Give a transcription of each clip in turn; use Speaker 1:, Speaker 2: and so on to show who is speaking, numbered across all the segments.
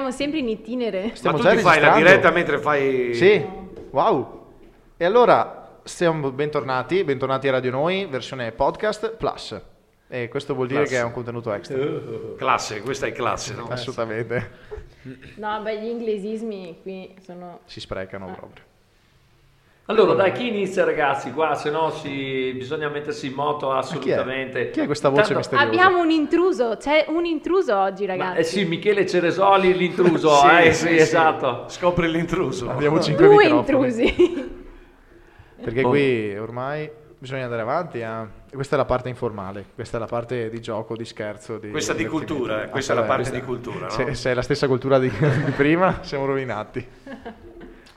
Speaker 1: siamo sempre in itinere.
Speaker 2: Ma
Speaker 3: Stiamo
Speaker 2: tu
Speaker 3: già
Speaker 2: ti fai la
Speaker 3: registrando?
Speaker 2: diretta mentre fai...
Speaker 3: Sì, wow. E allora, siamo bentornati, bentornati a Radio Noi, versione podcast plus. E questo vuol dire
Speaker 2: Plus.
Speaker 3: che è un contenuto extra.
Speaker 2: Classe, questa è classe, no?
Speaker 3: Assolutamente.
Speaker 1: No, beh, gli inglesismi qui sono...
Speaker 3: Si sprecano proprio.
Speaker 4: Allora, dai, chi inizia, ragazzi? Qua, se no, si... bisogna mettersi in moto assolutamente.
Speaker 3: Chi è questa voce
Speaker 4: Tanto-
Speaker 3: misteriosa?
Speaker 1: Abbiamo un intruso, c'è un intruso oggi
Speaker 4: Ma,
Speaker 1: ragazzi.
Speaker 4: eh sì, Michele Ceresoli, l'intruso. eh, sì, esatto.
Speaker 2: Scopri l'intruso.
Speaker 3: Abbiamo cinque
Speaker 1: Due
Speaker 3: microfoni.
Speaker 1: intrusi.
Speaker 3: Perché
Speaker 4: Oh.
Speaker 3: qui ormai bisogna andare avanti. a- e Questa è la parte informale, questa è la parte di gioco, di scherzo. Di
Speaker 2: Questa di
Speaker 3: divertimento. Ah,
Speaker 2: cultura, eh, questa è la parte
Speaker 3: questa-
Speaker 2: di cultura, no?
Speaker 3: Se, se è la stessa cultura di, di prima, siamo rovinati.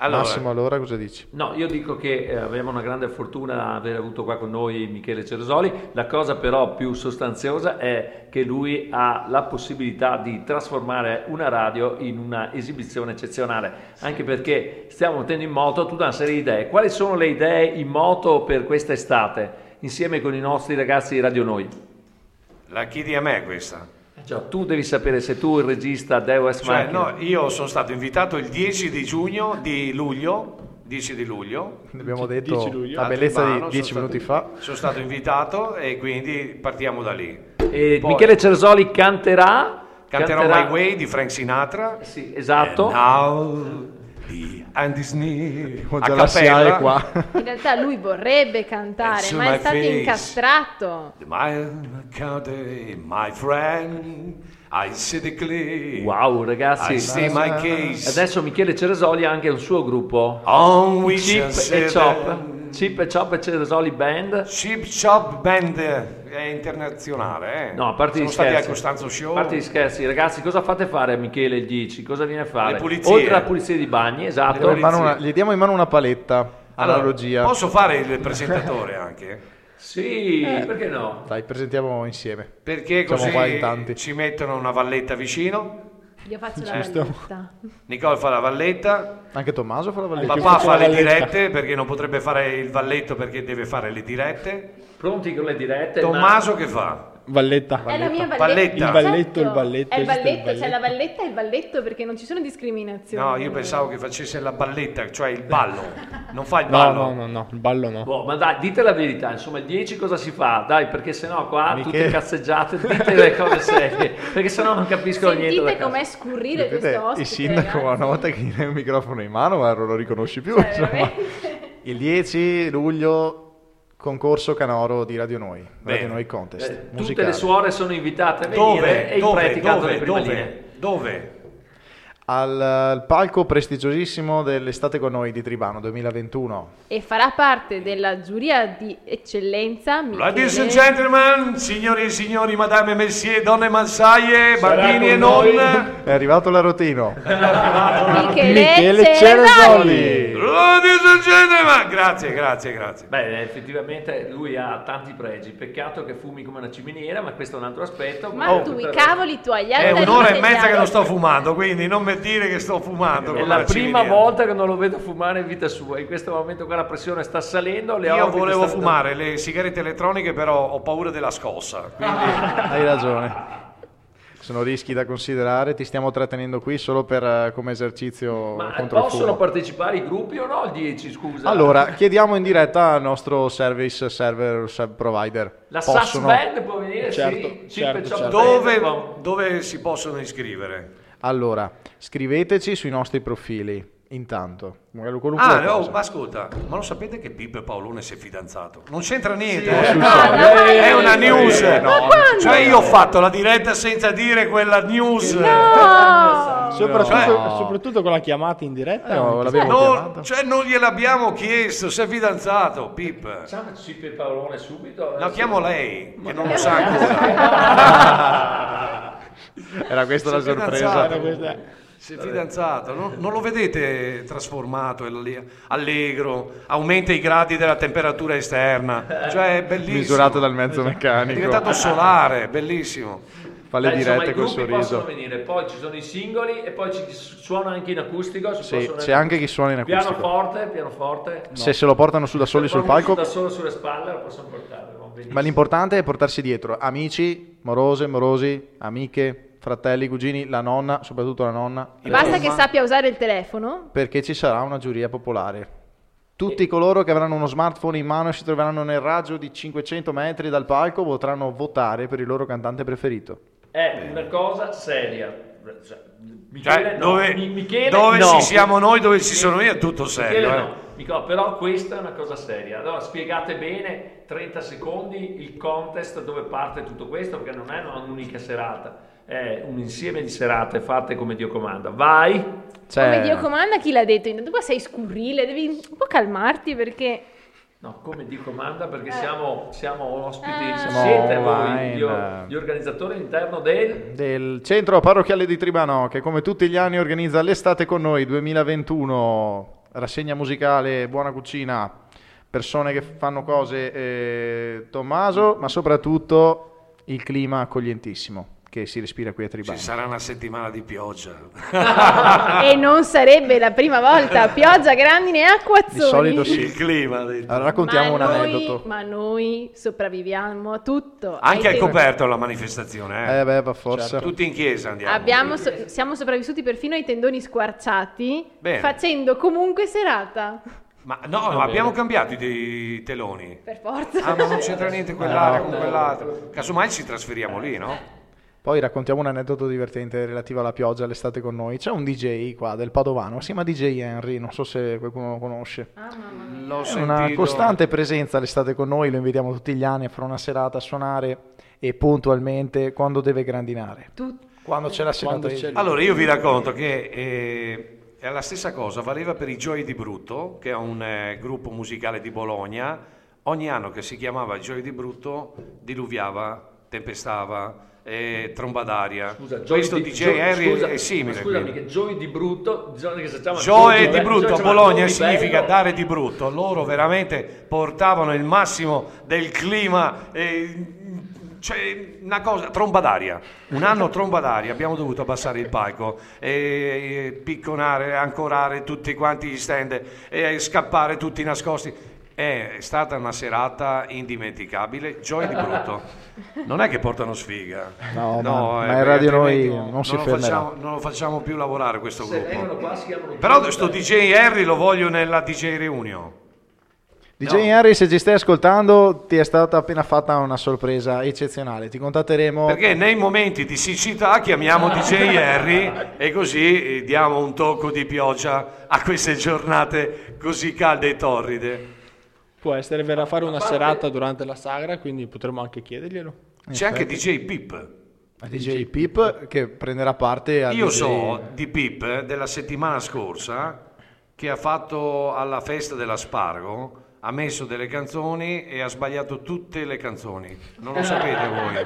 Speaker 2: Allora,
Speaker 3: Massimo, allora cosa dici?
Speaker 4: No, io dico che eh, abbiamo una grande fortuna aver avuto qua con noi Michele Ceresoli. La cosa però più sostanziosa è che lui ha la possibilità di trasformare una radio in una esibizione eccezionale, anche perché stiamo mettendo in moto tutta una serie di idee. Quali sono le idee in moto per questa estate? Insieme con i nostri ragazzi di Radio Noi.
Speaker 2: la chiedi a me questa.
Speaker 4: Cioè, tu devi sapere se tu il regista Deo S.
Speaker 2: Eh, Cioè,
Speaker 4: Macchina-
Speaker 2: no, io sono stato invitato il 10 di giugno di luglio, 10 di luglio.
Speaker 3: Ne abbiamo
Speaker 5: 10
Speaker 3: detto
Speaker 5: luglio.
Speaker 3: la
Speaker 2: a
Speaker 3: bellezza
Speaker 2: Tribano,
Speaker 3: di
Speaker 2: sono
Speaker 3: 10
Speaker 2: stato-
Speaker 3: minuti fa.
Speaker 2: Sono stato invitato e quindi partiamo da lì.
Speaker 4: E
Speaker 2: Poi-
Speaker 4: Michele Ceresoli canterà.
Speaker 2: Canterò Eh, My Way di Frank Sinatra.
Speaker 4: Sì, esatto.
Speaker 2: And now di Andy Sneed.
Speaker 3: Con già la SIAE qua.
Speaker 1: In realtà lui vorrebbe cantare,
Speaker 2: Su
Speaker 1: ma
Speaker 2: my
Speaker 1: è stato
Speaker 2: face.
Speaker 1: incastrato.
Speaker 2: My county, my friend, I see the clay.
Speaker 4: Wow, ragazzi.
Speaker 2: I see my case.
Speaker 4: Adesso Michele Ceresoli ha anche un suo gruppo.
Speaker 2: On we shall
Speaker 4: Chip e
Speaker 2: set
Speaker 4: Chop.
Speaker 2: them.
Speaker 4: Chip e Chop e Ceresoli Band.
Speaker 2: Chip Chop Band è internazionale, eh?
Speaker 4: No, a parte
Speaker 2: Sono
Speaker 4: gli
Speaker 2: stati
Speaker 4: scherzi.
Speaker 2: a Costanzo Show.
Speaker 4: A parte gli scherzi, ragazzi, cosa fate fare a Michele il 10? Cosa viene a fare?
Speaker 2: Le pulizie.
Speaker 4: Oltre alla pulizia di bagni, esatto.
Speaker 3: Diamo in mano una-
Speaker 2: polizia.
Speaker 3: gli diamo in mano una paletta,
Speaker 2: Allora,
Speaker 3: analogia.
Speaker 2: Posso fare il presentatore anche?
Speaker 4: Sì, perché no?
Speaker 3: Dai, presentiamo insieme.
Speaker 2: Perché
Speaker 3: Siamo
Speaker 2: così
Speaker 3: qua in tanti.
Speaker 2: ci mettono una valletta vicino.
Speaker 1: Io faccio la balletta.
Speaker 2: Nicole fa la valletta,
Speaker 3: Anche Tommaso fa la valigia.
Speaker 2: papà
Speaker 5: faccio
Speaker 2: fa le
Speaker 5: la valletta.
Speaker 2: dirette perché non potrebbe fare il valletto perché deve fare le dirette.
Speaker 4: Pronti con le dirette?
Speaker 2: Tommaso che fa?
Speaker 5: Valletta.
Speaker 1: È la mia balletta.
Speaker 2: Balletta.
Speaker 5: Il balletto, il balletto,
Speaker 1: È il
Speaker 5: esiste il
Speaker 1: balletto, c'è
Speaker 5: balletto.
Speaker 1: la balletta e il balletto perché non ci sono discriminazioni.
Speaker 2: No, io pensavo che facesse la balletta, cioè il ballo. Non fa il
Speaker 5: Eh. No,
Speaker 2: ballo.
Speaker 5: no, no, no, il ballo
Speaker 4: Ma,
Speaker 5: no.
Speaker 4: boh, ma dai, dite la verità, insomma, il 10 cosa si fa? Dai, perché sennò qua
Speaker 3: Michele.
Speaker 4: tutte cazzeggiate, dite le cose serie, perché sennò non capiscono niente. da
Speaker 1: Sentite
Speaker 4: casa.
Speaker 1: com'è scurrile
Speaker 3: Vedete,
Speaker 1: questo ospite.
Speaker 3: il sindaco
Speaker 1: ragazzi.
Speaker 3: una volta che gli dai un microfono in mano guarda, non lo riconosci più.
Speaker 1: Cioè,
Speaker 3: insomma.
Speaker 1: veramente.
Speaker 3: il 10 luglio concorso Canoro di Radio Noi,
Speaker 2: Bene.
Speaker 3: Radio Noi Contest.
Speaker 4: Eh, tutte
Speaker 3: musicale.
Speaker 4: le suore sono invitate a venire
Speaker 2: Dove?
Speaker 4: e i
Speaker 2: Dove?
Speaker 4: preti cantano
Speaker 2: Dove?
Speaker 4: le prime
Speaker 2: Dove?
Speaker 4: linee.
Speaker 2: Dove?
Speaker 3: Al al palco prestigiosissimo dell'estate con noi di Tribano 2021.
Speaker 1: E farà parte della giuria di eccellenza Michele.
Speaker 2: Ladies and gentlemen, signori e signori, madame e messie, donne e massaie, bambini e
Speaker 4: con noi.
Speaker 2: non.
Speaker 3: È arrivato la rotino.
Speaker 1: Michele,
Speaker 5: Michele
Speaker 1: Cerasoli.
Speaker 5: Cerasoli.
Speaker 2: Ladies and gentlemen, grazie, grazie, grazie.
Speaker 4: Beh, effettivamente lui ha tanti pregi. Peccato che fumi come una ciminiera, ma questo è un altro aspetto.
Speaker 1: Ma
Speaker 4: Oh.
Speaker 1: tu i cavoli tuoi, gli
Speaker 2: È
Speaker 1: altari
Speaker 2: un'ora e
Speaker 1: sei
Speaker 2: mezza che
Speaker 1: già-
Speaker 2: non sto fumando, quindi non mi dire che sto fumando.
Speaker 4: È
Speaker 2: con
Speaker 4: la prima
Speaker 2: ciminiera.
Speaker 4: volta che non lo vedo fumare in vita sua. In questo momento qua la pressione sta salendo. Le
Speaker 2: Io
Speaker 4: orbite
Speaker 2: volevo
Speaker 4: stanno-
Speaker 2: fumare le sigarette elettroniche, però ho paura della scossa. Quindi
Speaker 3: Hai ragione. Sono rischi da considerare, ti stiamo trattenendo qui solo per, eh, come esercizio
Speaker 4: Ma
Speaker 3: contro il
Speaker 4: possono
Speaker 3: fumo.
Speaker 4: partecipare i gruppi o no? Il 10, scusa.
Speaker 3: Allora, chiediamo in diretta al nostro service server sub provider.
Speaker 4: la SAS
Speaker 3: Possono-
Speaker 4: Band può venire?
Speaker 5: Certo,
Speaker 4: sì.
Speaker 5: certo,
Speaker 4: Chip e Chop
Speaker 5: certo.
Speaker 4: Band
Speaker 2: dove,
Speaker 4: può-
Speaker 2: dove si possono iscrivere?
Speaker 3: Allora, scriveteci sui nostri profili, intanto. Magari qualunque
Speaker 2: Ah, no,
Speaker 5: oh,
Speaker 3: cosa.
Speaker 2: ma ascolta, ma lo sapete che Pippo Paolone si è fidanzato? Non c'entra niente. eh.
Speaker 3: sul
Speaker 1: No,
Speaker 3: serio.
Speaker 1: dai.
Speaker 2: È una news.
Speaker 3: Eh, no,
Speaker 1: Ma quando?
Speaker 2: Cioè io ho fatto la diretta senza dire quella news. Cioè,
Speaker 1: No!
Speaker 5: Soprattutto,
Speaker 3: No.
Speaker 5: soprattutto con la chiamata in diretta.
Speaker 3: Eh, no,
Speaker 5: anche se-
Speaker 3: l'abbiamo
Speaker 2: Non,
Speaker 3: chiamato.
Speaker 2: cioè non gliel'abbiamo chiesto, sei fidanzato, Pip.
Speaker 4: Facciamo Chip e Paolone subito. eh,
Speaker 2: La
Speaker 4: adesso.
Speaker 2: chiamo lei, che non lo sa ancora.
Speaker 3: Era questa la
Speaker 2: Sei
Speaker 3: sorpresa.
Speaker 2: fidanzato.
Speaker 5: Era questa-
Speaker 2: Si è fidanzato, non, non lo vedete trasformato, alle- allegro, aumenta i gradi della temperatura esterna, cioè è bellissimo.
Speaker 3: Misurato dal
Speaker 5: Esatto.
Speaker 3: mezzo
Speaker 2: È
Speaker 3: meccanico.
Speaker 2: diventato solare, bellissimo.
Speaker 3: Fa le
Speaker 4: Dai, insomma,
Speaker 3: dirette
Speaker 4: i
Speaker 3: col
Speaker 4: gruppi
Speaker 3: sorriso.
Speaker 4: possono venire, poi ci sono i singoli e poi ci suona anche in acustico. si
Speaker 3: Sì,
Speaker 4: possono-
Speaker 3: c'è anche chi suona in acustico.
Speaker 4: Pianoforte, pianoforte.
Speaker 3: Se se lo portano su da soli sul palco.
Speaker 4: Da solo sulle spalle la possono portare. va benissimo.
Speaker 3: Ma l'importante è portarsi dietro amici, morose, morosi, amiche, fratelli, cugini, la nonna, soprattutto la nonna,
Speaker 1: Basta che
Speaker 2: Roma.
Speaker 1: sappia usare il telefono.
Speaker 3: perché ci sarà una giuria popolare. Tutti coloro che avranno uno smartphone in mano e si troveranno nel raggio di 500 metri dal palco potranno votare per il loro cantante preferito.
Speaker 4: È una cosa seria. Cioè, Michele,
Speaker 2: Cioè,
Speaker 4: no.
Speaker 2: dove-
Speaker 4: Mi- Michele,
Speaker 2: dove
Speaker 4: no.
Speaker 2: ci siamo noi, dove ci sono io, è tutto
Speaker 4: Michele,
Speaker 2: serio, eh.
Speaker 4: no. Mico- però questa è una cosa seria. Allora spiegate bene, 30 secondi, il contest dove parte tutto questo, perché non è un'unica serata, è un insieme di serate fatte come Dio comanda. Vai!
Speaker 3: Cioè.
Speaker 1: Come Dio comanda, chi l'ha detto? Intanto qua sei scurrile, devi un po' calmarti perché...
Speaker 4: No, come Dio comanda, perché siamo, siamo ospiti,
Speaker 1: Ah.
Speaker 4: siamo
Speaker 1: Siamo
Speaker 4: siete voi
Speaker 3: online.
Speaker 4: gli, o- gli organizzatori all'interno del...
Speaker 3: Del centro parrocchiale di Tribano, che come tutti gli anni organizza l'estate con noi 2021, rassegna musicale, buona cucina, persone che fanno cose, eh, Tommaso, ma soprattutto il clima accoglientissimo che si respira qui a
Speaker 2: Ci
Speaker 3: Tribano.
Speaker 2: sarà una settimana di pioggia. Ah.
Speaker 1: e non sarebbe la prima volta. Pioggia, grandine e
Speaker 3: Di
Speaker 1: acquazzoni.
Speaker 3: solito sì.
Speaker 2: Il clima. ha detto.
Speaker 3: Allora, raccontiamo
Speaker 1: Ma
Speaker 3: un
Speaker 1: noi-
Speaker 3: aneddoto.
Speaker 1: Ma noi sopravviviamo a tutto.
Speaker 2: Anche
Speaker 1: Ai tempi-
Speaker 2: al coperto la manifestazione, eh.
Speaker 3: Eh beh, va forza.
Speaker 2: Tutti in chiesa andiamo.
Speaker 1: Abbiamo so- siamo sopravvissuti perfino ai tendoni squarciati,
Speaker 2: Bene.
Speaker 1: facendo comunque serata.
Speaker 2: Ma no, ma abbiamo cambiato i dei teloni.
Speaker 1: Per forza.
Speaker 2: Ah, ma non c'entra niente quell'area
Speaker 3: Eh,
Speaker 2: con quell'altra. Casomai ci trasferiamo lì, no?
Speaker 3: Poi raccontiamo un aneddoto divertente relativo alla pioggia l'estate con noi. C'è un DJ qua del Padovano, si chiama DJ Henry, non so se qualcuno lo conosce.
Speaker 1: Ah, mamma mia.
Speaker 2: L'ho
Speaker 3: È una
Speaker 2: sentito.
Speaker 3: costante presenza l'estate con noi, lo invitiamo tutti gli anni a fare una serata a suonare e puntualmente quando deve grandinare.
Speaker 1: Tutto.
Speaker 3: Quando c'è la serata.
Speaker 5: Quando c'è
Speaker 3: di-
Speaker 4: Cioè,
Speaker 5: lui.
Speaker 2: Allora, io vi racconto che eh, è la stessa cosa, valeva per i Gioia di Brutto, che è un eh, gruppo musicale di Bologna. Ogni anno che si chiamava Gioia di Brutto diluviava, tempestava, eh, tromba d'aria.
Speaker 4: Scusa, Joey
Speaker 2: Questo
Speaker 4: di-
Speaker 2: DJ
Speaker 4: Joey-
Speaker 2: Henry
Speaker 4: scusa,
Speaker 2: è simile.
Speaker 4: Scusami,
Speaker 2: quindi.
Speaker 4: che Joey di brutto, Joey che si chiama
Speaker 2: Gioe
Speaker 4: Joey
Speaker 2: di
Speaker 4: Be-
Speaker 2: brutto
Speaker 4: Joey
Speaker 2: a
Speaker 4: si chiama
Speaker 2: Bologna
Speaker 4: Joey
Speaker 2: significa
Speaker 4: Bello.
Speaker 2: dare di brutto. Loro veramente portavano il massimo del clima. eh, cioè, una cosa, tromba d'aria. Un anno tromba d'aria, abbiamo dovuto abbassare il palco, e picconare, ancorare tutti quanti gli stand, e scappare tutti nascosti. È stata una serata indimenticabile, gioia di brutto. Non è che portano sfiga.
Speaker 3: No, ma-
Speaker 2: eh,
Speaker 3: ma in
Speaker 2: perché
Speaker 3: radio noi
Speaker 2: altrimenti
Speaker 3: non si
Speaker 2: lo
Speaker 3: fermerà.
Speaker 2: facciamo- non lo facciamo più lavorare questo
Speaker 4: Se vengono
Speaker 2: gruppo.
Speaker 4: qua si chiamano
Speaker 2: Però sto DJ Henry lo voglio nella DJ Reunion.
Speaker 3: DJ Henry, se ci stai ascoltando, ti è stata appena fatta una sorpresa eccezionale. Ti contatteremo.
Speaker 2: Perché nei momenti di siccità chiamiamo DJ Henry e così eh, diamo un tocco di pioggia a queste giornate così calde e torride.
Speaker 5: Può essere, verrà a fare una
Speaker 4: parte-
Speaker 5: serata durante la sagra, quindi potremmo anche chiederglielo.
Speaker 2: C'è anche DJ Pip.
Speaker 3: a DJ Pip che prenderà parte al
Speaker 2: Io
Speaker 3: DJ
Speaker 2: so di Pip eh, della settimana scorsa che ha fatto alla festa dell'aspargo, ha messo delle canzoni e ha sbagliato tutte le canzoni. Non lo sapete voi.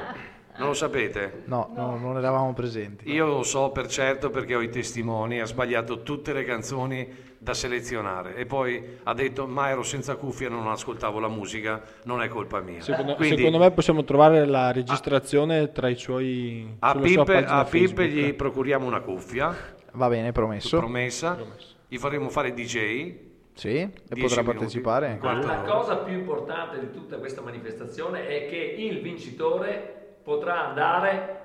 Speaker 2: Non lo sapete.
Speaker 3: No, no, non eravamo presenti.
Speaker 2: Io lo so per certo perché ho i testimoni, ha sbagliato tutte le canzoni da selezionare e poi ha detto ma ero senza cuffie, non ascoltavo la musica, non è colpa mia.
Speaker 5: Secondo,
Speaker 2: Quindi
Speaker 5: secondo me possiamo trovare la registrazione tra i suoi...
Speaker 2: a
Speaker 5: sulla sua
Speaker 2: Pip,
Speaker 5: pagina
Speaker 2: a Pip
Speaker 5: Facebook.
Speaker 2: gli procuriamo una cuffia,
Speaker 3: Va bene, promesso.
Speaker 2: promessa, gli faremo fare DJ.
Speaker 3: Sì, e
Speaker 2: Dieci
Speaker 3: potrà
Speaker 2: minuti.
Speaker 3: partecipare.
Speaker 2: Guarda.
Speaker 4: La cosa più importante di tutta questa manifestazione è che il vincitore potrà andare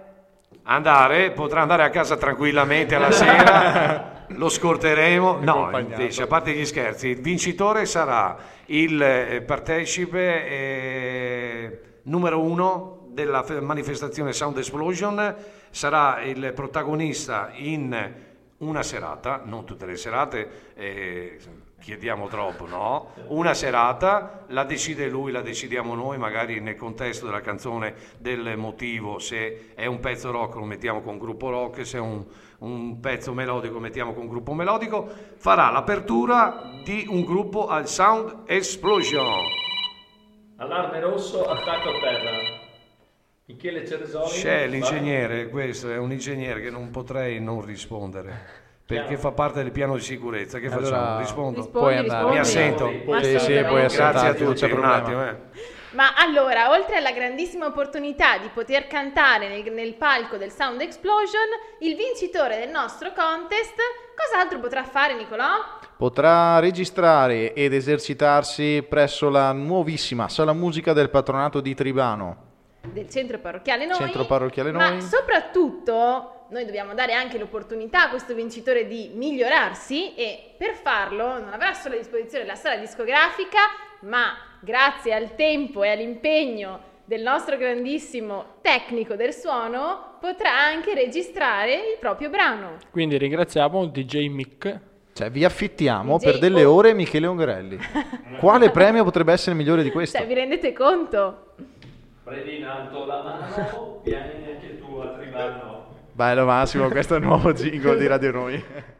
Speaker 2: Andare, potrà andare a casa tranquillamente alla sera, lo scorteremo. No, invece, a parte gli scherzi, il vincitore sarà il eh, partecipe eh, numero uno della fe- manifestazione Sound Explosion, sarà il protagonista in una serata, non tutte le serate, eh, chiediamo troppo, no? Una serata la decide lui, la decidiamo noi, magari nel contesto della canzone, del motivo, se è un pezzo rock lo mettiamo con gruppo rock, se è un, un pezzo melodico lo mettiamo con gruppo melodico, farà l'apertura di un gruppo al Sound Explosion.
Speaker 4: allarme rosso, attacco a terra. Michele Ceresoli.
Speaker 2: C'è l'ingegnere, questo è un ingegnere che non potrei non rispondere, perché fa parte del piano di sicurezza, che
Speaker 3: Allora-
Speaker 2: facciamo? Rispondo.
Speaker 1: Rispondi,
Speaker 3: Puoi andare.
Speaker 1: rispondi.
Speaker 2: Mi assento.
Speaker 1: Ma
Speaker 3: Sì, sì,
Speaker 1: assolutamente.
Speaker 3: puoi
Speaker 2: Grazie a
Speaker 3: assentarti, non
Speaker 2: tutti,
Speaker 3: c'è
Speaker 2: un
Speaker 3: problema.
Speaker 2: attimo. eh.
Speaker 1: Ma allora, oltre alla grandissima opportunità di poter cantare nel, nel palco del Sound Explosion, il vincitore del nostro contest, cos'altro potrà fare Nicolò?
Speaker 3: Potrà registrare ed esercitarsi presso la nuovissima sala musica del patronato di Tribano.
Speaker 1: del centro parrocchiale Noi,
Speaker 3: Centro Parrocchiale
Speaker 1: ma
Speaker 3: Noi.
Speaker 1: soprattutto noi dobbiamo dare anche l'opportunità a questo vincitore di migliorarsi e per farlo non avrà solo a disposizione la sala discografica, ma grazie al tempo e all'impegno del nostro grandissimo tecnico del suono potrà anche registrare il proprio brano. Cioè,
Speaker 5: Quindi ringraziamo DJ Mick.
Speaker 3: Cioè, vi affittiamo
Speaker 1: DJ
Speaker 3: per delle
Speaker 1: o-
Speaker 3: ore Michele Ungarelli. Quale premio potrebbe essere migliore di questo?
Speaker 1: Cioè, vi rendete conto?
Speaker 4: Prendi in alto la mano, vieni anche tu al tribano.
Speaker 3: Bello Massimo, questo è il nuovo jingle di Radio Noi.